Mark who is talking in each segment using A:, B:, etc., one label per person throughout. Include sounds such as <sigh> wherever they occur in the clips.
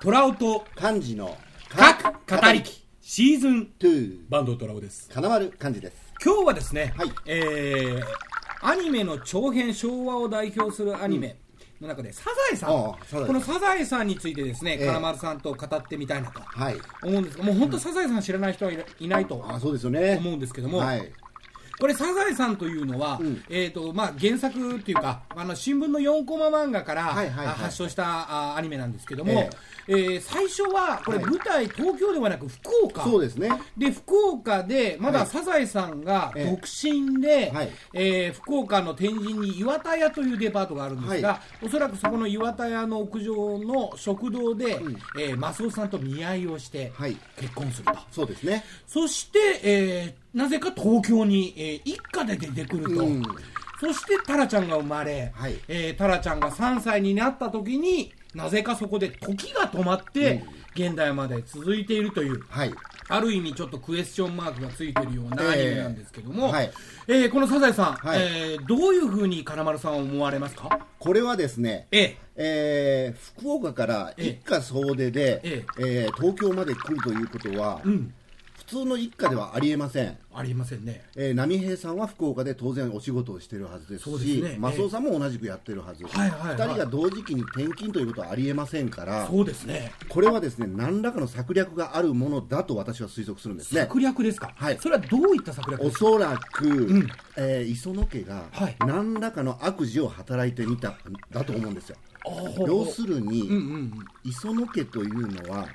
A: トラオと
B: 漢字の
A: 各語りきシーズン
B: トゥ
A: バンドトラオです
B: 金丸漢字です
A: 今日はですね、
B: はい
A: えーアニメの長編昭和を代表するアニメの中で、サザエさん
B: ああサザエさん
A: このサザエさんについてですね、
B: ええ
A: 金丸さんと語ってみたいなと
B: はい
A: 思うんですがもう本当サザエさん知らない人はいないいないと
B: あそうですよね
A: 思うんですけども
B: はい
A: これ「サザエさん」というのは、
B: ん
A: えーとまあ、原作というかあの新聞の4コマ漫画から、
B: はいはいはい
A: あ発祥したあアニメなんですけども、
B: え
A: えー最初はこれ
B: はい
A: 舞台、東京ではなく福岡
B: そうですね
A: で福岡でま
B: は
A: だ
B: い
A: サザエさんが
B: ええ
A: 独身で、
B: はい
A: えー福岡の天神に岩田屋というデパートがあるんですが、
B: は
A: おそらくそこの岩田屋の屋上の食堂で、えーマスオさんと見合いをして
B: はい
A: 結婚すると、
B: そうですね
A: そして、えーなぜか東京に、えー一家で出てくると、
B: うん
A: そしてタラちゃんが生まれ、
B: はい
A: えータラちゃんが3歳になった時になぜかそこで時が止まって、現代まで続いているという。
B: はい
A: ある意味ちょっとクエスチョンマークがついてるようなアニメなんですけども、え
B: ええはい
A: ーこのサザエさん、
B: はい
A: えーどういうふうに金丸さんは思われますか
B: これはですね
A: ええ
B: えー福岡から一家総出で、
A: え
B: えー東京まで来るということは、
A: うん、
B: 普通の一家ではありえません、
A: ありませんね。
B: えー波平さんは福岡で当然お仕事をしているはずです
A: そう
B: し
A: ですね
B: マスオさんも同じくやってるはず、
A: はいはいはい
B: 2人が同時期に転勤ということはありえませんから
A: そうですね。
B: これはですね何らかの策略があるものだと私は推測するんですね
A: 策略ですか、
B: はい
A: それはどういった策略で
B: お
A: すか
B: そらく、えー磯野家が
A: はい
B: 何らかの悪事を働いてみたんだと思うんですよ、
A: あーほうほう
B: 要するに、
A: うんうんうん
B: 磯野家というのは、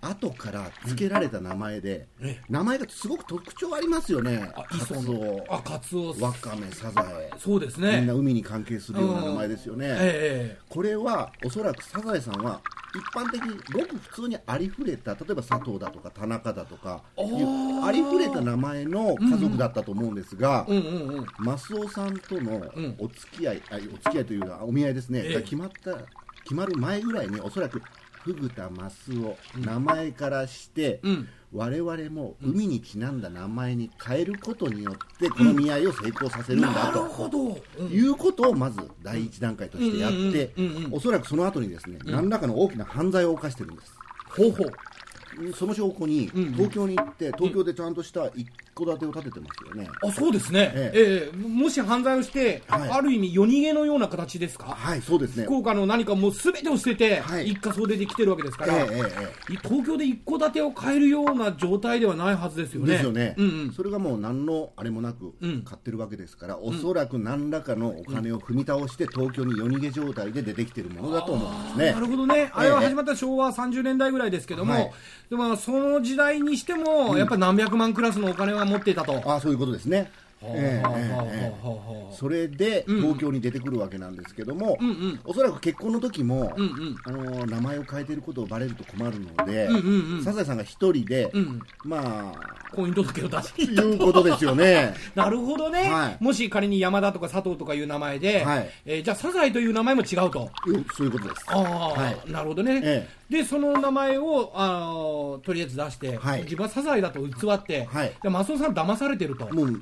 B: 後から付けられた名前で、
A: うんええ
B: 名前がすごく特徴ありますよね
A: あ
B: カツ
A: 磯
B: オ
A: 野あカツオ
B: わかめサザエ
A: そうです
B: みん
A: ね
B: な海に関係するような名前ですよね、
A: えええ
B: これはおそらくサザエさんは一般的にごく普通にありふれた例えば佐藤だとか田中だとか
A: あー
B: いうありふれた名前の家族だったと思うんですが、
A: えうんうんうん
B: マスオさんとの
A: ん
B: お付き合い、あお付き合いというかお見合いですね、
A: ええ
B: が決まった決まる前ぐらいにおそらくフグ田マスオ、名前からして、
A: うん
B: 我々も海にちなんだ名前に変えることによってこの見合いを成功させるんだ
A: な
B: と、
A: るほど、うん
B: いうことをまず第一段階としてやって
A: うんうんうんうんうん
B: おそらくその後にですね何らかの大きな犯罪を犯してるんです
A: ほうほう
B: その証拠に
A: うんうん
B: 東京に行って東京でちゃんとした一戸建てを建ててますよね
A: あそうですね、え
B: え
A: えもし犯罪をして、
B: はい
A: ある意味夜逃げのような形ですか、
B: はいそうですね
A: 福岡の何かもう全てを捨てて、
B: はい
A: 一家総出で来てるわけですか
B: ええ
A: ら、
B: えええ
A: 東京で一戸建てを買えるような状態ではないはずですよ
B: え
A: ね。
B: ですよね
A: うんうん、
B: それがもう何のあれもなく
A: うん
B: 買ってるわけですからおそらく何らかのお金を踏み倒して東京に夜逃げ状態で出てきてるものだと思うんです
A: な
B: ね
A: るほどね、あれは始まった昭和30年代ぐらいですけども、
B: はい
A: でもその時代にしても、やっぱ何百万クラスのお金は持っていたと。は
B: ああそういうことですね
A: あ
B: え
A: はあ
B: えええ
A: はあ
B: ええ
A: はあはあ
B: それで東京に出てくるわけなんですけども、
A: んうん
B: おそらく結婚の時も、
A: んうん
B: あの名前を変えてることをバレると困るので、
A: んうんうん
B: サザエさんが一人で、
A: うん
B: まあ
A: 婚姻届を出していた
B: ということですよね
A: <laughs> なるほどね、
B: はい
A: もし仮に山田とか佐藤とかいう名前で、
B: はい
A: えーじゃあサザエという名前も違 <laughs> うと。
B: うんそういうことです
A: ああ、
B: はい
A: なるほどね、
B: え
A: でその名前をあのとりあえず出して、
B: はい
A: 自分はサザエだと偽って、
B: はい
A: でマスオさん騙されてると、
B: もう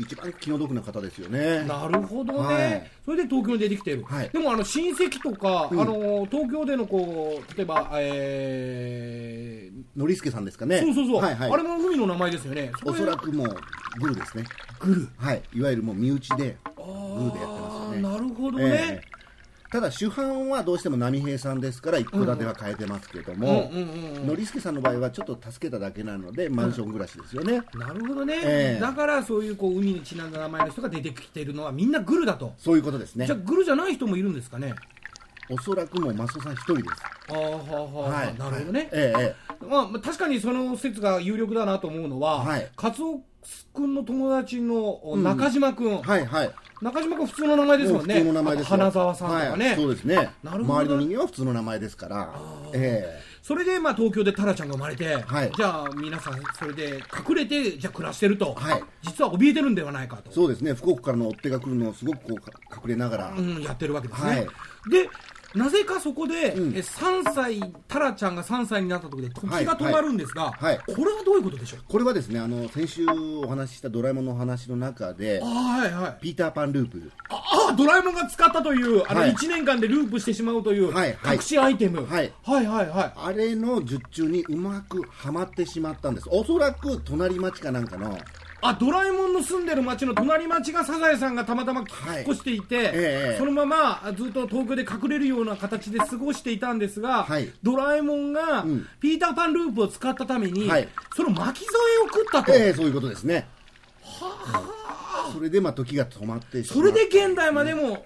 B: 一番気の毒な方ですよね
A: なるほどね、
B: はい
A: それで東京に出てきてる、
B: はい
A: でもあの親戚とか、
B: うん
A: あの東京でのこう例えば、えー
B: ノリスケさんですかね
A: そうそうそう、
B: はいはい
A: あれも海の名前ですよね、
B: おそら
A: く
B: くもうグーですね
A: グル、
B: はいいわゆるもう身内でグーでやってます
A: あ
B: よね
A: ーなるほど
B: え
A: ね
B: え、ただ主犯はどうしても波平さんですから一戸建ては変えてますけども
A: うんうんうんうん
B: ノリスケさんの場合はちょっと助けただけなのでマンション暮らしですよね、
A: なるほどね、
B: ええ
A: だからそういうこう海にちなんだ名前の人が出てきてるのは、みんなグルだと、
B: そういうことですね
A: じゃあ、グルじゃない人もいるんですかね。
B: おそらくもうマスオさん一人です
A: あーはーはーはーなるほどね、
B: えええ
A: まあ、まあ確かにその説が有力だなと思うのは、
B: はい
A: カツオ君の友達の中島君、
B: えはいはい
A: 中島君普通の名前ですもんね
B: 普通の名前ですよ
A: あと花澤さんとかね、
B: はい、そうですね
A: なるほど
B: 周りの人間は普通の名前ですからえ
A: それでまあ東京でタラちゃんが生まれて、
B: はい
A: じゃあ皆さんそれで隠れてじゃあ暮らしてると、
B: はい
A: 実は怯えてるんではないかと
B: えそうですね福岡からの追っ手が来るのをすごくこうか隠れながら、
A: うん、やってるわけですね、
B: はい
A: でなぜかそこで、
B: うん
A: え3歳タラちゃんが3歳になった時で時が止まるんですが、
B: はいはい
A: これはどういうことでしょう
B: これはですねあの先週お話ししたドラえもんの話の中で
A: ああはいはい
B: ピーター・パンループ
A: ああドラえもんが使ったというあの
B: はい
A: 1年間でループしてしまうという
B: はいはい
A: 隠しアイテム、
B: はい
A: はいはいはい
B: あれの術中にうまくはまってしまったんですおそらく隣町かなんかの
A: あドラえもんの住んでる町の隣町がサザエさんがたまたま引っ越していて、
B: ええ
A: そのままずっと東京で隠れるような形で過ごしていたんですが、
B: はい
A: ドラえもんが
B: ん
A: ピーター・パンループを使ったために、
B: はい
A: その巻き添えを食ったと、
B: ええそういうことですねそれでまあ時が止まってしま
A: そうれで現代までも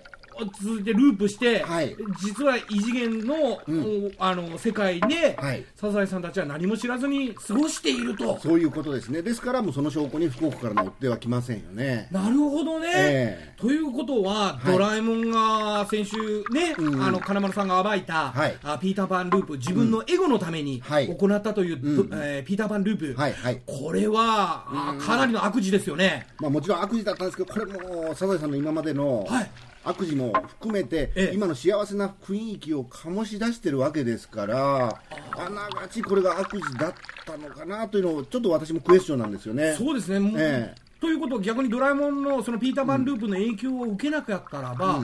A: 続いてループして、
B: はい
A: 実は異次元の,お、あの世界で、
B: はい
A: サザエさんたちは何も知らずに過ごしていると。
B: そういうことですねですからもうその証拠に福岡からの追っては来ませんよね
A: なるほどね、
B: ええ
A: ということは、
B: はい
A: ドラえもんが先週ね、あの金丸さんが暴いた、
B: はい
A: あピーター・パンループ自分のエゴのために
B: はい
A: 行ったという、どえーピーター・パンループ、
B: はいはい
A: これは、あかなりの悪事ですよね。
B: まあ、もちろん悪事だったんですけど、これもサザエさんの今までの
A: はい
B: 悪事も含めて、
A: ええ
B: 今の幸せな雰囲気を醸し出してるわけですから、あながちこれが悪事だったのかなというのを、ちょっと私もクエスチョンなんですよね。
A: そうですねもう、
B: ええ
A: ということは逆にドラえもんのそのピーター・パンループの影響を受けなかったらば、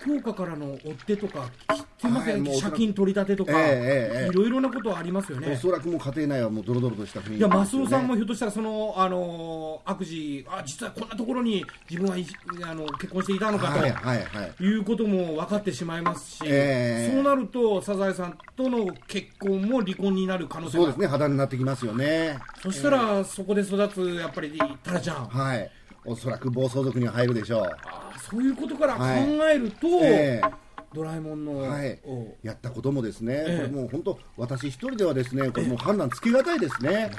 A: 福岡からの追っ手とか、きってますよね
B: はいもう
A: 借金取り立てとか、
B: ええええええ
A: いろいろなことありますよね。
B: おそらくもう家庭内はもうドロドロとした雰囲気
A: いや、マ
B: です
A: ス
B: よね
A: オさんもひょっとしたら、その、あのー悪事、あ、実はこんなところに自分はいあの結婚していたのかと。
B: はいいはいはい。
A: うことも分かってしまいますし、
B: ええ
A: そうなるとサザエさんとの結婚も離婚になる可能性
B: そう
A: が
B: ですね、肌になってきますよね。
A: そしたら、そこで育つやっぱりタラちゃん、
B: はい。おそらく暴走族には入るでしょう。
A: あーそういうことから考
B: はい
A: えると、
B: ええ
A: ドラえもんの、
B: はい
A: お、
B: やったこともですね、
A: ええ
B: これもう本当、私一人ではですね、これもう判断つけがたいですね、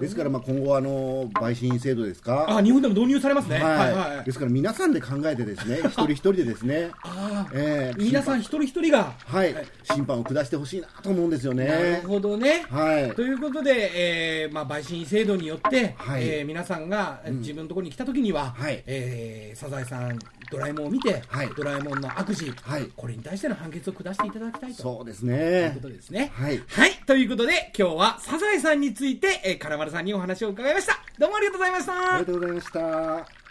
B: ですからまあ今後はあの陪審制度ですか、
A: あ日本でも導入されますね、はいはい
B: はい、ですから皆さんで考えて、で
A: <laughs>
B: すね一人一人でですね、
A: あー
B: ええ
A: 皆さん一人一人が、
B: はい、審判を下してほしいなと思うんですよ
A: なる
B: ね。
A: ほどね、
B: はい
A: ということで、えーまあ、陪審制度によって、
B: はい
A: えー皆さんが自分のところに来た時には、
B: はい
A: えーサザエさん、ドラえもんを見て、
B: はい
A: ドラえもんの悪事、
B: はい
A: これに対しての判決を下していただきたいと
B: そうです
A: という
B: ね
A: ことですね。
B: はい
A: ということで、今日はサザエさんについて、えー、金丸さんにお話を伺いました。どうもありがとうございました。
B: ありがとうございました。